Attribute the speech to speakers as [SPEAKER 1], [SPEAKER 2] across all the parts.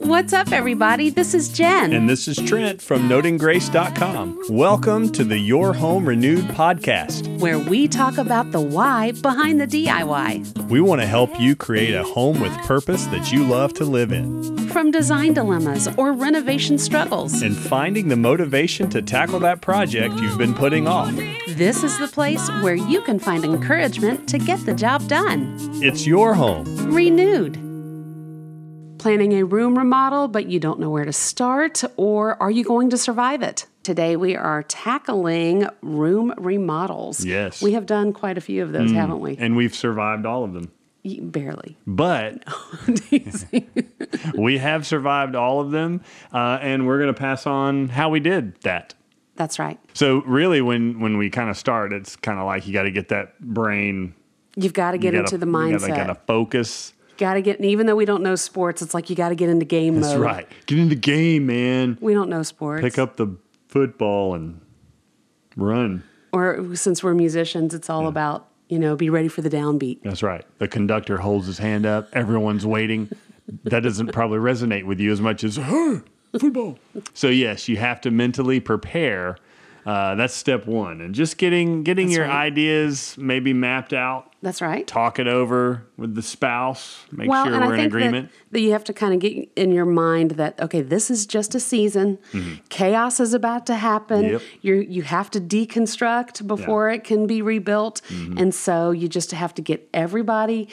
[SPEAKER 1] What's up, everybody? This is Jen.
[SPEAKER 2] And this is Trent from notinggrace.com. Welcome to the Your Home Renewed podcast.
[SPEAKER 1] where we talk about the why behind the DIY.
[SPEAKER 2] We want to help you create a home with purpose that you love to live in
[SPEAKER 1] From design dilemmas or renovation struggles,
[SPEAKER 2] and finding the motivation to tackle that project you've been putting off.
[SPEAKER 1] this is the place where you can find encouragement to get the job done.
[SPEAKER 2] It's your home.
[SPEAKER 1] Renewed. Planning a room remodel, but you don't know where to start, or are you going to survive it? Today, we are tackling room remodels.
[SPEAKER 2] Yes. Mm.
[SPEAKER 1] We have done quite a few of those, haven't we?
[SPEAKER 2] And we've survived all of them.
[SPEAKER 1] Y- Barely.
[SPEAKER 2] But we have survived all of them, uh, and we're going to pass on how we did that.
[SPEAKER 1] That's right.
[SPEAKER 2] So, really, when, when we kind of start, it's kind of like you got to get that brain
[SPEAKER 1] You've got to get
[SPEAKER 2] You
[SPEAKER 1] into the
[SPEAKER 2] you
[SPEAKER 1] mindset.
[SPEAKER 2] Gotta, gotta focus.
[SPEAKER 1] Got to get, and even though we don't know sports, it's like you got to get into game
[SPEAKER 2] That's
[SPEAKER 1] mode.
[SPEAKER 2] right. Uh, Get in the game, man.
[SPEAKER 1] We don't know sports.
[SPEAKER 2] Pick up the football and run.
[SPEAKER 1] Or since we're musicians, it's all about, you know, be ready for the downbeat.
[SPEAKER 2] That's right. The conductor holds his hand up. Everyone's waiting. that doesn't probably resonate with you as much as "Huh, football. So yes, you have to mentally prepare. Uh, that's step one, and just getting getting
[SPEAKER 1] That's
[SPEAKER 2] your
[SPEAKER 1] right.
[SPEAKER 2] ideas maybe mapped out.
[SPEAKER 1] That's right.
[SPEAKER 2] Talk it over with the spouse. Make
[SPEAKER 1] well,
[SPEAKER 2] sure
[SPEAKER 1] and
[SPEAKER 2] we're
[SPEAKER 1] I
[SPEAKER 2] in
[SPEAKER 1] think
[SPEAKER 2] agreement.
[SPEAKER 1] That, that you have to kind of get in your mind that, okay, this is just a season. Chaos is about to happen.
[SPEAKER 2] Mm-hmm. Yep.
[SPEAKER 1] You you have to deconstruct before it can be rebuilt.
[SPEAKER 2] Mm-hmm.
[SPEAKER 1] And so you just have to get everybody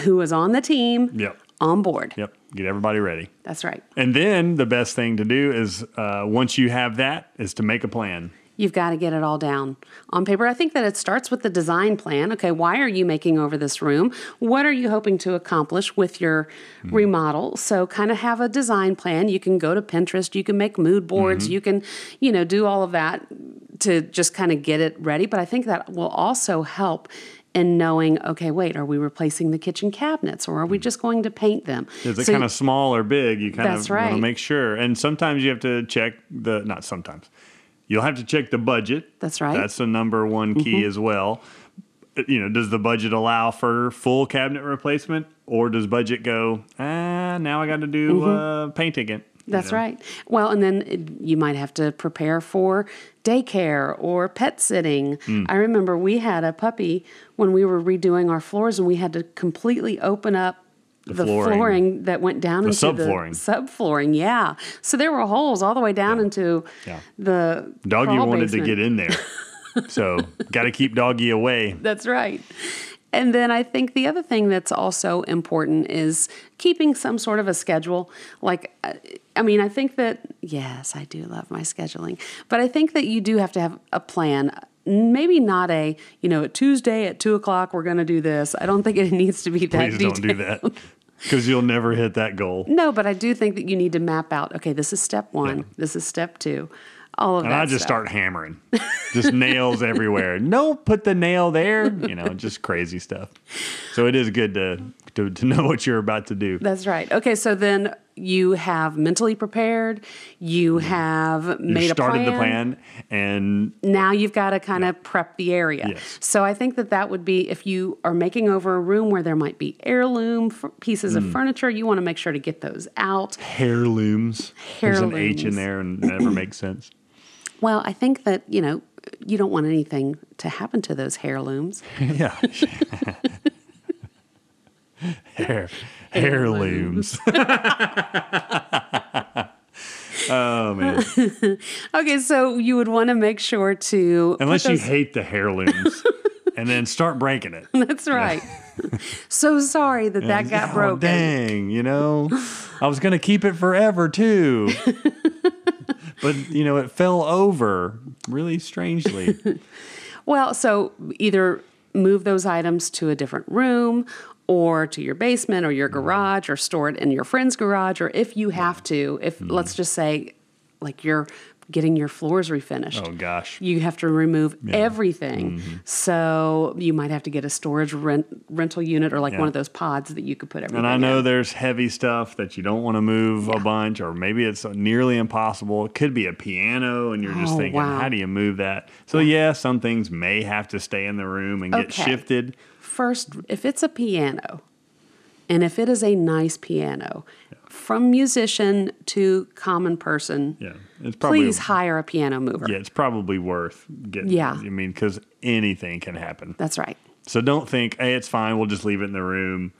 [SPEAKER 1] who is on the team
[SPEAKER 2] Yep.
[SPEAKER 1] on board.
[SPEAKER 2] Yep. Get everybody ready.
[SPEAKER 1] That's right.
[SPEAKER 2] And then the best thing to do is uh, once you have that is to make a plan.
[SPEAKER 1] You've got to get it all down on paper. I think that it starts with the design plan. Okay, why are you making over this room? What are you hoping to accomplish with your remodel? So, kind of have a design plan. You can go to Pinterest, you can make mood boards, you can, you know, do all of that to just kind of get it ready. But I think that will also help in knowing okay, wait, are we replacing the kitchen cabinets or are we just going to paint them?
[SPEAKER 2] Is it
[SPEAKER 1] So-
[SPEAKER 2] kind of small or big? You kind
[SPEAKER 1] That's
[SPEAKER 2] of want
[SPEAKER 1] right.
[SPEAKER 2] to make sure. And sometimes you have to check the not sometimes. You'll have to check the budget.
[SPEAKER 1] That's right. Mm-hmm.
[SPEAKER 2] That's the number one key as well. Uh, You know, does the budget allow for full cabinet replacement, or does budget go? Ah, now I got to do uh, painting it. you
[SPEAKER 1] Mm-hmm. That's
[SPEAKER 2] know?
[SPEAKER 1] right. Well, and then it- you might have to prepare for daycare or pet sitting.
[SPEAKER 2] Hmm.
[SPEAKER 1] I remember we had a puppy when we were redoing our floors, and we had to completely open up the, flooring.
[SPEAKER 2] flooring.
[SPEAKER 1] that went down into
[SPEAKER 2] subflooring.
[SPEAKER 1] the subflooring. Yeah, so there were holes all the way down into
[SPEAKER 2] Yeah.
[SPEAKER 1] the
[SPEAKER 2] Doggy
[SPEAKER 1] crawl
[SPEAKER 2] wanted
[SPEAKER 1] basement.
[SPEAKER 2] to get in there, so got to keep doggy away.
[SPEAKER 1] That's right. And then I think the other thing that's also important is keeping some sort of a schedule. Like, I I mean, I think that, yes, I do love my scheduling, but I think that you do have to have a plan. Maybe not a, you know, at Tuesday at two o'clock, we're going to do this. I don't think it needs to be that
[SPEAKER 2] Please don't do
[SPEAKER 1] detailed.
[SPEAKER 2] that because you'll never hit that goal.
[SPEAKER 1] No, but I do think that you need to map out okay, this is step one, this is step two, all of
[SPEAKER 2] And
[SPEAKER 1] that.
[SPEAKER 2] I just
[SPEAKER 1] stuff.
[SPEAKER 2] start hammering, just nails everywhere. No, put the nail there. You know, just crazy stuff. So it is good to, to to know what you're about to do.
[SPEAKER 1] That's right. Okay, so then you have mentally prepared, you have made
[SPEAKER 2] you
[SPEAKER 1] a plan.
[SPEAKER 2] Mm-hmm. started the plan, and
[SPEAKER 1] Now you've got to kind of prep the area.
[SPEAKER 2] Yes.
[SPEAKER 1] So I think that that would be if you are making over a room where there might be heirloom f- pieces
[SPEAKER 2] Mm.
[SPEAKER 1] of furniture, you want to make sure to get those out.
[SPEAKER 2] heirlooms. There's an H
[SPEAKER 1] Heirlooms.
[SPEAKER 2] in there, and it never makes sense.
[SPEAKER 1] Well, I think that, you know, you don't want anything to happen to those heirlooms.
[SPEAKER 2] Yeah. Hair, heirlooms. oh man!
[SPEAKER 1] Okay, so you would want to make sure to put
[SPEAKER 2] Unless you
[SPEAKER 1] those-
[SPEAKER 2] hate the heirlooms, and then start breaking it.
[SPEAKER 1] That's right. so sorry that that got
[SPEAKER 2] Oh,
[SPEAKER 1] broken.
[SPEAKER 2] Dang, you know, I was gonna keep it forever too, but you know, it fell over really strangely.
[SPEAKER 1] Well, so either move those items to a different room or to your basement or your
[SPEAKER 2] Mm-hmm.
[SPEAKER 1] garage or store it in your friend's garage or if you have to, if
[SPEAKER 2] Mm-hmm.
[SPEAKER 1] let's just say like you're getting your floors refinished.
[SPEAKER 2] Oh Mm-hmm. gosh,
[SPEAKER 1] You have to remove everything. So you might have to get a storage rent, rental unit or like
[SPEAKER 2] Yeah.
[SPEAKER 1] one of those pods that you could put everything
[SPEAKER 2] and I know
[SPEAKER 1] in.
[SPEAKER 2] there's heavy stuff that you don't want to move a bunch, or maybe it's nearly impossible. It could be a piano, and you're just
[SPEAKER 1] Oh,
[SPEAKER 2] thinking,
[SPEAKER 1] wow.
[SPEAKER 2] how do you move that? So yeah, some things may have to stay in the room and get
[SPEAKER 1] Okay.
[SPEAKER 2] shifted.
[SPEAKER 1] First, if it's a piano And if it is a nice piano, from musician to common person,
[SPEAKER 2] Yeah, it's probably
[SPEAKER 1] please hire a piano mover.
[SPEAKER 2] yeah, it's probably worth getting.
[SPEAKER 1] Yeah.
[SPEAKER 2] I mean, because anything can happen.
[SPEAKER 1] That's right.
[SPEAKER 2] So don't think, hey, it's fine. We'll just leave it in the room.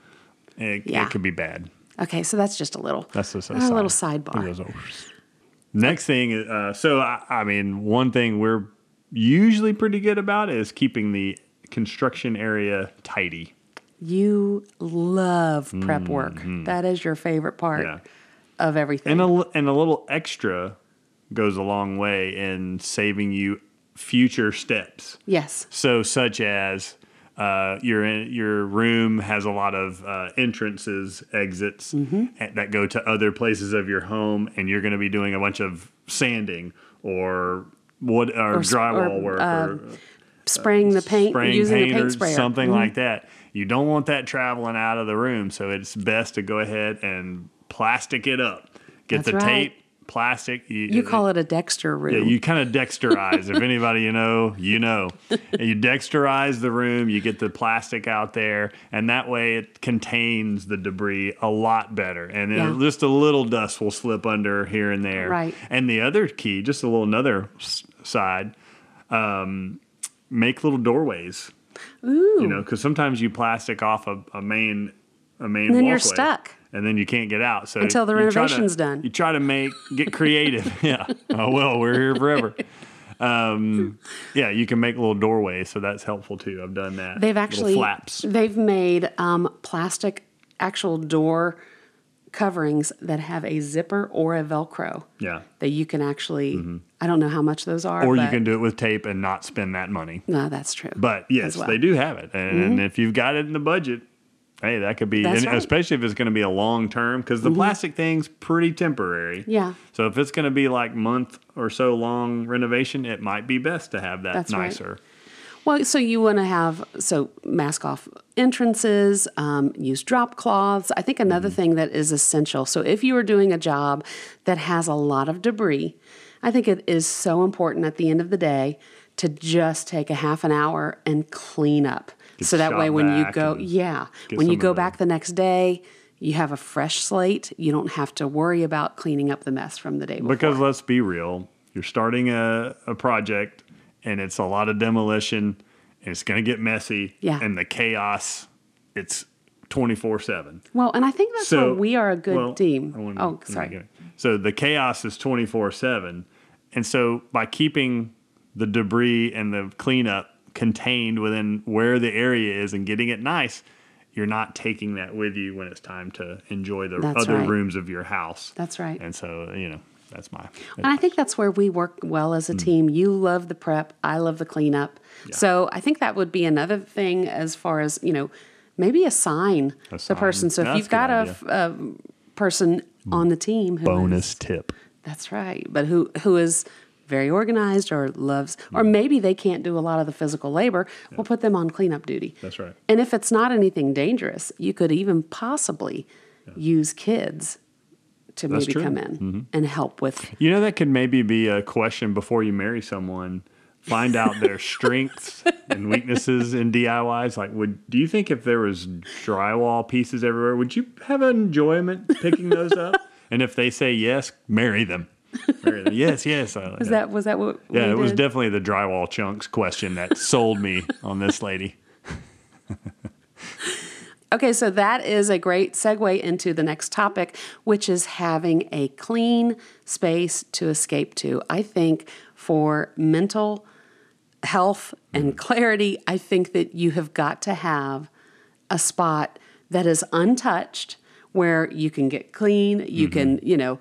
[SPEAKER 2] It,
[SPEAKER 1] Yeah.
[SPEAKER 2] it could be bad.
[SPEAKER 1] Okay, so that's just a little
[SPEAKER 2] That's just a,
[SPEAKER 1] a
[SPEAKER 2] side-
[SPEAKER 1] little
[SPEAKER 2] it
[SPEAKER 1] sidebar.
[SPEAKER 2] goes over. Next thing, is, uh, so I, I mean, one thing we're usually pretty good about is keeping the construction area tidy.
[SPEAKER 1] You love prep work. That is your favorite part
[SPEAKER 2] Mm-hmm. Yeah.
[SPEAKER 1] of everything.
[SPEAKER 2] And uh, a, li- and a little extra goes a long way in saving you future steps.
[SPEAKER 1] yes.
[SPEAKER 2] So, such as uh, your your room has a lot of uh, entrances, exits
[SPEAKER 1] Mm-hmm.
[SPEAKER 2] and- that go to other places of your home, and you're going to be doing a bunch of sanding or wood or,
[SPEAKER 1] s-
[SPEAKER 2] drywall
[SPEAKER 1] or,
[SPEAKER 2] work
[SPEAKER 1] uh,
[SPEAKER 2] or
[SPEAKER 1] Spraying the paint
[SPEAKER 2] spraying
[SPEAKER 1] using
[SPEAKER 2] paint
[SPEAKER 1] a
[SPEAKER 2] or
[SPEAKER 1] paint sprayer. Mm-hmm.
[SPEAKER 2] something like that. You don't want that traveling out of the room, so it's best to go ahead and plastic it up. Get
[SPEAKER 1] That's
[SPEAKER 2] the
[SPEAKER 1] right.
[SPEAKER 2] tape, plastic. uh,
[SPEAKER 1] You call it a Dexter room.
[SPEAKER 2] Yeah, you kind of dexterize. if anybody you know, you know. And you dexterize the room, you get the plastic out there, and that way it contains the debris a lot better. And then
[SPEAKER 1] Yeah.
[SPEAKER 2] just a little dust will slip under here and there.
[SPEAKER 1] Right.
[SPEAKER 2] And the other key, just a little another s- side, um, make little doorways. Ooh. You know, because sometimes you plastic off a, a main a main
[SPEAKER 1] And then you're
[SPEAKER 2] walkway,
[SPEAKER 1] stuck.
[SPEAKER 2] And then you can't get out. So
[SPEAKER 1] Until the
[SPEAKER 2] you try to-
[SPEAKER 1] renovation's done.
[SPEAKER 2] You try to make get creative. yeah. Oh well, we're here forever. Um, yeah, you can make little doorways, so that's helpful too. I've done that.
[SPEAKER 1] They've
[SPEAKER 2] Little
[SPEAKER 1] actually
[SPEAKER 2] flaps.
[SPEAKER 1] They've made um, plastic actual door coverings that have a zipper or a Velcro
[SPEAKER 2] Yeah.
[SPEAKER 1] that you can actually. I don't know how much those are.
[SPEAKER 2] Mm-hmm. Or you
[SPEAKER 1] but-
[SPEAKER 2] can do it with tape and not spend that money.
[SPEAKER 1] No, that's true.
[SPEAKER 2] But yes,
[SPEAKER 1] as well. Mm-hmm.
[SPEAKER 2] they do have it, and, if you've got it in the budget, hey, that could be,
[SPEAKER 1] That's
[SPEAKER 2] and
[SPEAKER 1] right. Mm-hmm.
[SPEAKER 2] especially if it's going to be a long term, because the plastic thing's pretty temporary.
[SPEAKER 1] Yeah.
[SPEAKER 2] So if it's going to be like month or so long renovation, it might be best to have that
[SPEAKER 1] That's right.
[SPEAKER 2] nicer.
[SPEAKER 1] Well, so you want to have so mask off entrances, um, use drop cloths. I think another
[SPEAKER 2] Mm-hmm.
[SPEAKER 1] thing that is essential. So if you are doing a job that has a lot of debris, I think it is so important at the end of the day to just take a half an hour and clean up. so that
[SPEAKER 2] shop
[SPEAKER 1] way, when you
[SPEAKER 2] vac
[SPEAKER 1] go,
[SPEAKER 2] and
[SPEAKER 1] yeah,
[SPEAKER 2] get
[SPEAKER 1] when you
[SPEAKER 2] some of
[SPEAKER 1] go
[SPEAKER 2] the-
[SPEAKER 1] back the next day, you have a fresh slate. You don't have to worry about cleaning up the mess from the day before.
[SPEAKER 2] Because let's be real, you're starting a, a project and it's a lot of demolition and it's going to get messy.
[SPEAKER 1] Yeah.
[SPEAKER 2] And the chaos, it's 24 7.
[SPEAKER 1] well, and I think that's where we are a good team. oh, sorry.
[SPEAKER 2] So the chaos is 24 7. And so by keeping the debris and the cleanup contained within where the area is and getting it nice, you're not taking that with you when it's time to enjoy the
[SPEAKER 1] That's
[SPEAKER 2] other
[SPEAKER 1] right.
[SPEAKER 2] rooms of your house.
[SPEAKER 1] That's right.
[SPEAKER 2] And so, you know, that's my.
[SPEAKER 1] And I think that's where we work well
[SPEAKER 2] Mm.
[SPEAKER 1] as a team. You love the prep, I love the cleanup. So I think that would be another thing as far as, you know, maybe assign
[SPEAKER 2] Assign.
[SPEAKER 1] the person. So if
[SPEAKER 2] That's
[SPEAKER 1] you've got
[SPEAKER 2] a
[SPEAKER 1] a,
[SPEAKER 2] good Mm.
[SPEAKER 1] f- a person on the team who
[SPEAKER 2] bonus tip.
[SPEAKER 1] that's right, but who who is very organized or loves
[SPEAKER 2] Mm.
[SPEAKER 1] or maybe they can't do a lot of the physical labor, we'll put them on cleanup duty.
[SPEAKER 2] That's right.
[SPEAKER 1] And if it's not anything dangerous, you could even possibly use kids to
[SPEAKER 2] That's
[SPEAKER 1] maybe
[SPEAKER 2] true. Mm-hmm.
[SPEAKER 1] come in and help with
[SPEAKER 2] You know, that could maybe be a question before you marry someone. Find out their strengths and weaknesses in DIYs. Like, would do you think if there was drywall pieces everywhere, would you have enjoyment picking those up? And if they say yes, marry them. Marry them. Yes, yes. I-
[SPEAKER 1] Was that was that what?
[SPEAKER 2] yeah,
[SPEAKER 1] we
[SPEAKER 2] it was
[SPEAKER 1] did?
[SPEAKER 2] definitely the drywall chunks question that sold me on this lady.
[SPEAKER 1] okay, so that is a great segue into the next topic, which is having a clean space to escape to. I think for mental health
[SPEAKER 2] Mm-hmm.
[SPEAKER 1] and clarity, I think that you have got to have a spot that is untouched where you can get clean, you can,
[SPEAKER 2] Mm-hmm.
[SPEAKER 1] you know,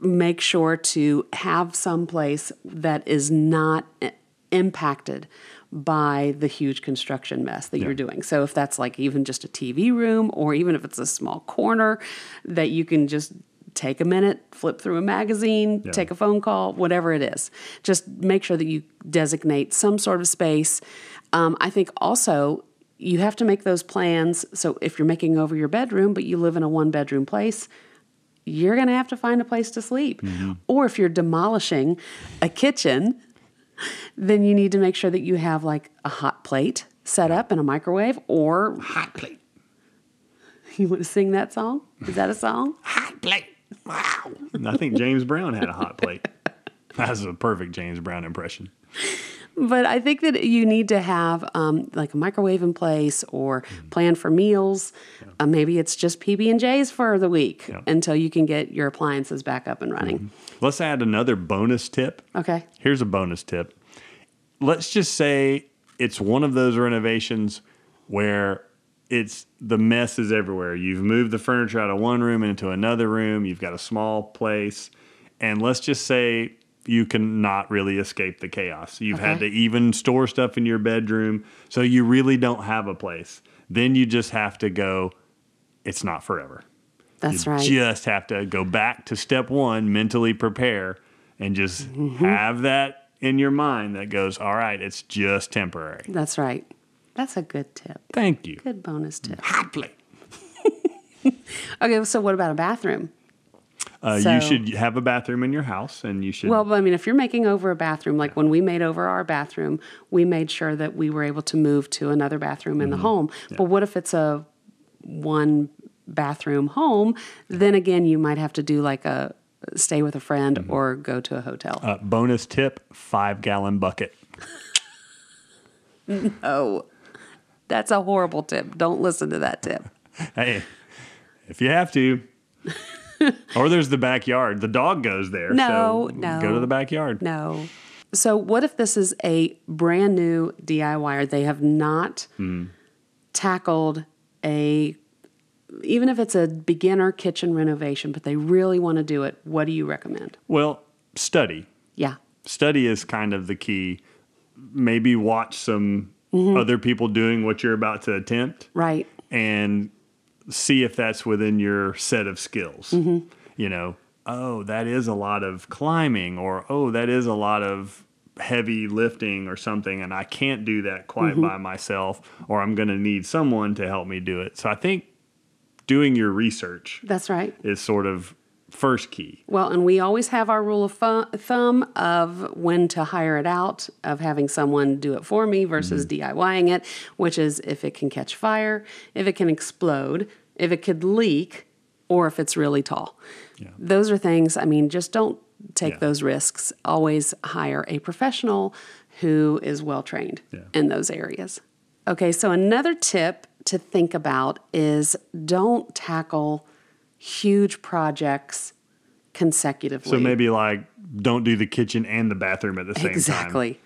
[SPEAKER 1] make sure to have some place that is not i- impacted by the huge construction mess that you're doing. So if that's like even just a TV room or even if it's a small corner that you can just take a minute, flip through a magazine, take a phone call, whatever it is. Just make sure that you designate some sort of space. Um, I think also you have to make those plans. So if you're making over your bedroom, but you live in a one bedroom place, you're going to have to find a place to sleep. Or if you're demolishing a kitchen, then you need to make sure that you have like a hot plate set up and a microwave or
[SPEAKER 2] Hot plate.
[SPEAKER 1] You want to sing that song? Is that a song?
[SPEAKER 2] Hot plate. Wow. And I think James Brown had a hot plate. That's a perfect James Brown impression.
[SPEAKER 1] But I think that you need to have um, like a microwave in place or plan for meals. Uh, maybe it's just PB and J's for the week until you can get your appliances back up and running.
[SPEAKER 2] Let's add another bonus tip.
[SPEAKER 1] Okay.
[SPEAKER 2] Here's a bonus tip. Let's just say it's one of those renovations where it's the mess is everywhere. You've moved the furniture out of one room into another room. You've got a small place. And let's just say you cannot really escape the chaos. You've had to
[SPEAKER 1] Okay.
[SPEAKER 2] even store stuff in your bedroom. So you really don't have a place. Then you just have to go, it's not forever
[SPEAKER 1] That's
[SPEAKER 2] you
[SPEAKER 1] right.
[SPEAKER 2] just have to go back to step one, mentally prepare, and just
[SPEAKER 1] Mm-hmm.
[SPEAKER 2] have that in your mind that goes, all right, it's just temporary.
[SPEAKER 1] That's right. That's a good tip.
[SPEAKER 2] Thank you.
[SPEAKER 1] Good bonus tip.
[SPEAKER 2] Hot plate.
[SPEAKER 1] Okay, so what about a bathroom?
[SPEAKER 2] Uh,
[SPEAKER 1] So-
[SPEAKER 2] you should have a bathroom in your house, and you should.
[SPEAKER 1] Well, but I mean, if you're making over a bathroom, like when we made over our bathroom, we made sure that we were able to move to another bathroom in the home. But what if it's a one bathroom home? Then again, you might have to do like a stay with a friend or go to a hotel.
[SPEAKER 2] uh, bonus tip: five gallon bucket.
[SPEAKER 1] oh, that's a horrible tip. Don't listen to that tip.
[SPEAKER 2] Hey, if you have to. or there's the backyard. The dog goes there.
[SPEAKER 1] No,
[SPEAKER 2] so
[SPEAKER 1] no.
[SPEAKER 2] Go to the backyard.
[SPEAKER 1] No. So, what if this is a brand new DIYer? They have not tackled a, even if it's a beginner kitchen renovation, but they really want to do it. What do you recommend?
[SPEAKER 2] Well, study.
[SPEAKER 1] Yeah.
[SPEAKER 2] study is kind of the key. Maybe watch some other people doing what you're about to attempt
[SPEAKER 1] Right.
[SPEAKER 2] and see if that's within your set of skills. You know, oh, that is a lot of climbing, or oh, that is a lot of heavy lifting or something, and I can't do that quite by myself, or I'm going to need someone to help me do it. So I think doing your research
[SPEAKER 1] That's right.
[SPEAKER 2] is sort of first key.
[SPEAKER 1] Well, and we always have our rule of fu- thumb of when to hire it out, of having someone do it for me versus DIYing it, which is if it can catch fire, if it can explode, if it could leak, or if it's really tall. Those are things, I mean, just don't take
[SPEAKER 2] Yeah.
[SPEAKER 1] those risks. Always hire a professional who is well trained in those areas. Okay, so another tip to think about is don't tackle huge projects consecutively.
[SPEAKER 2] So maybe like don't do the kitchen and the bathroom at the same time.
[SPEAKER 1] exactly.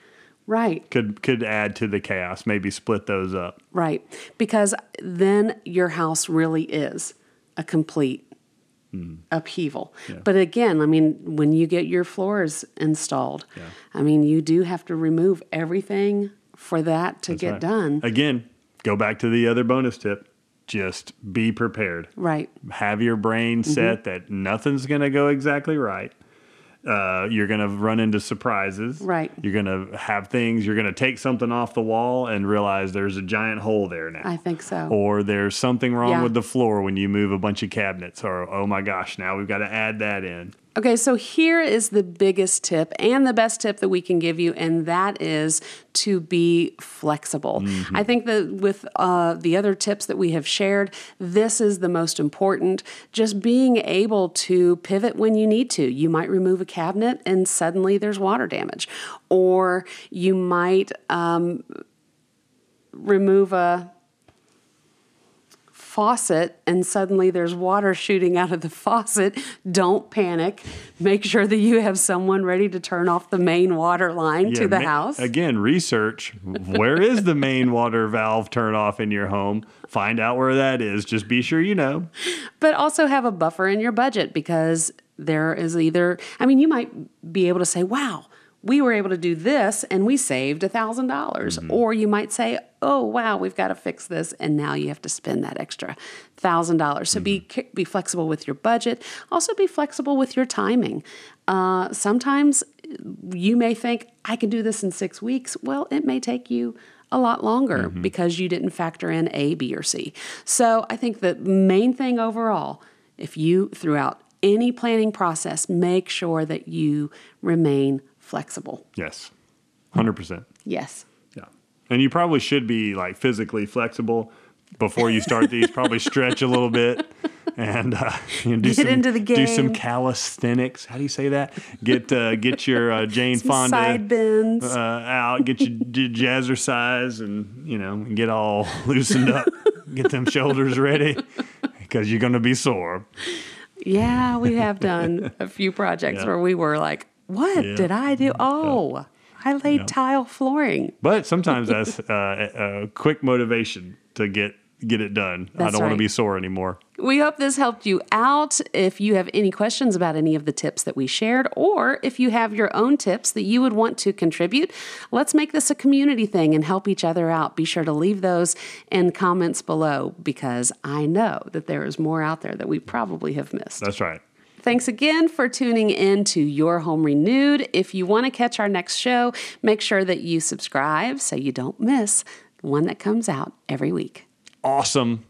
[SPEAKER 1] Right.
[SPEAKER 2] could could add to the chaos. Maybe split those up.
[SPEAKER 1] Right. Because then your house really is a complete
[SPEAKER 2] Hmm.
[SPEAKER 1] upheaval. But again, I mean, when you get your floors installed, I mean, you do have to remove everything for that to get
[SPEAKER 2] Right.
[SPEAKER 1] done.
[SPEAKER 2] Again, go back to the other bonus tip. Just be prepared.
[SPEAKER 1] Right.
[SPEAKER 2] Have your brain
[SPEAKER 1] Mm-hmm.
[SPEAKER 2] set that nothing's going to go exactly right. Uh, you're going to run into surprises.
[SPEAKER 1] Right.
[SPEAKER 2] You're going to have things. You're going to take something off the wall and realize there's a giant hole there now.
[SPEAKER 1] I think so.
[SPEAKER 2] or there's something wrong
[SPEAKER 1] Yeah.
[SPEAKER 2] with the floor when you move a bunch of cabinets. Or, oh my gosh, now we've got to add that in.
[SPEAKER 1] Okay, so here is the biggest tip and the best tip that we can give you, and that is to be flexible. I think that with uh, the other tips that we have shared, this is the most important. Just being able to pivot when you need to. You might remove a cabinet and suddenly there's water damage, or you might um, remove a faucet and suddenly there's water shooting out of the faucet, don't panic. Make sure that you have someone ready to turn off the main water line
[SPEAKER 2] Yeah,
[SPEAKER 1] to the
[SPEAKER 2] ma-
[SPEAKER 1] house.
[SPEAKER 2] Again, research. Where is the main water valve turn off in your home? Find out where that is. Just be sure you know.
[SPEAKER 1] But also have a buffer in your budget because there is either, I mean, you might be able to say, wow, we were able to do this and we saved a $1,000. dollars Or you might say, oh, wow, we've got to fix this. And now you have to spend that extra $1,000. So be ca- be flexible with your budget. Also be flexible with your timing. Uh, sometimes you may think, I can do this in six weeks. Well, it may take you a lot longer
[SPEAKER 2] Mm-hmm.
[SPEAKER 1] because you didn't factor in A, B, or C. So I think the main thing overall, if you, throughout any planning process, make sure that you remain flexible.
[SPEAKER 2] Yes, 100%.
[SPEAKER 1] Yes.
[SPEAKER 2] Yeah. And you probably should be like physically flexible, before you start these. Probably stretch a little bit and uh, you know, do
[SPEAKER 1] Get
[SPEAKER 2] some,
[SPEAKER 1] into the
[SPEAKER 2] Do some
[SPEAKER 1] game.
[SPEAKER 2] calisthenics. How do you say that? Get uh, get your uh, Jane Fonda
[SPEAKER 1] Side bends.
[SPEAKER 2] uh, out, get your j- jazzercise, and you know, get all loosened up, get them shoulders ready, because you're gonna be sore.
[SPEAKER 1] yeah, we have done a few projects
[SPEAKER 2] Yeah.
[SPEAKER 1] where we were like, what
[SPEAKER 2] Yeah.
[SPEAKER 1] did I do? Oh, I laid tile flooring.
[SPEAKER 2] But sometimes that's uh, a a quick motivation to get get it done. I
[SPEAKER 1] That's
[SPEAKER 2] don't want to
[SPEAKER 1] right.
[SPEAKER 2] be sore anymore.
[SPEAKER 1] We hope this helped you out. If you have any questions about any of the tips that we shared, or if you have your own tips that you would want to contribute, let's make this a community thing and help each other out. Be sure to leave those in comments below because I know that there is more out there that we probably have missed.
[SPEAKER 2] That's right.
[SPEAKER 1] Thanks again for tuning in to Your Home Renewed. If you want to catch our next show, make sure that you subscribe so you don't miss one that comes out every week.
[SPEAKER 2] Awesome.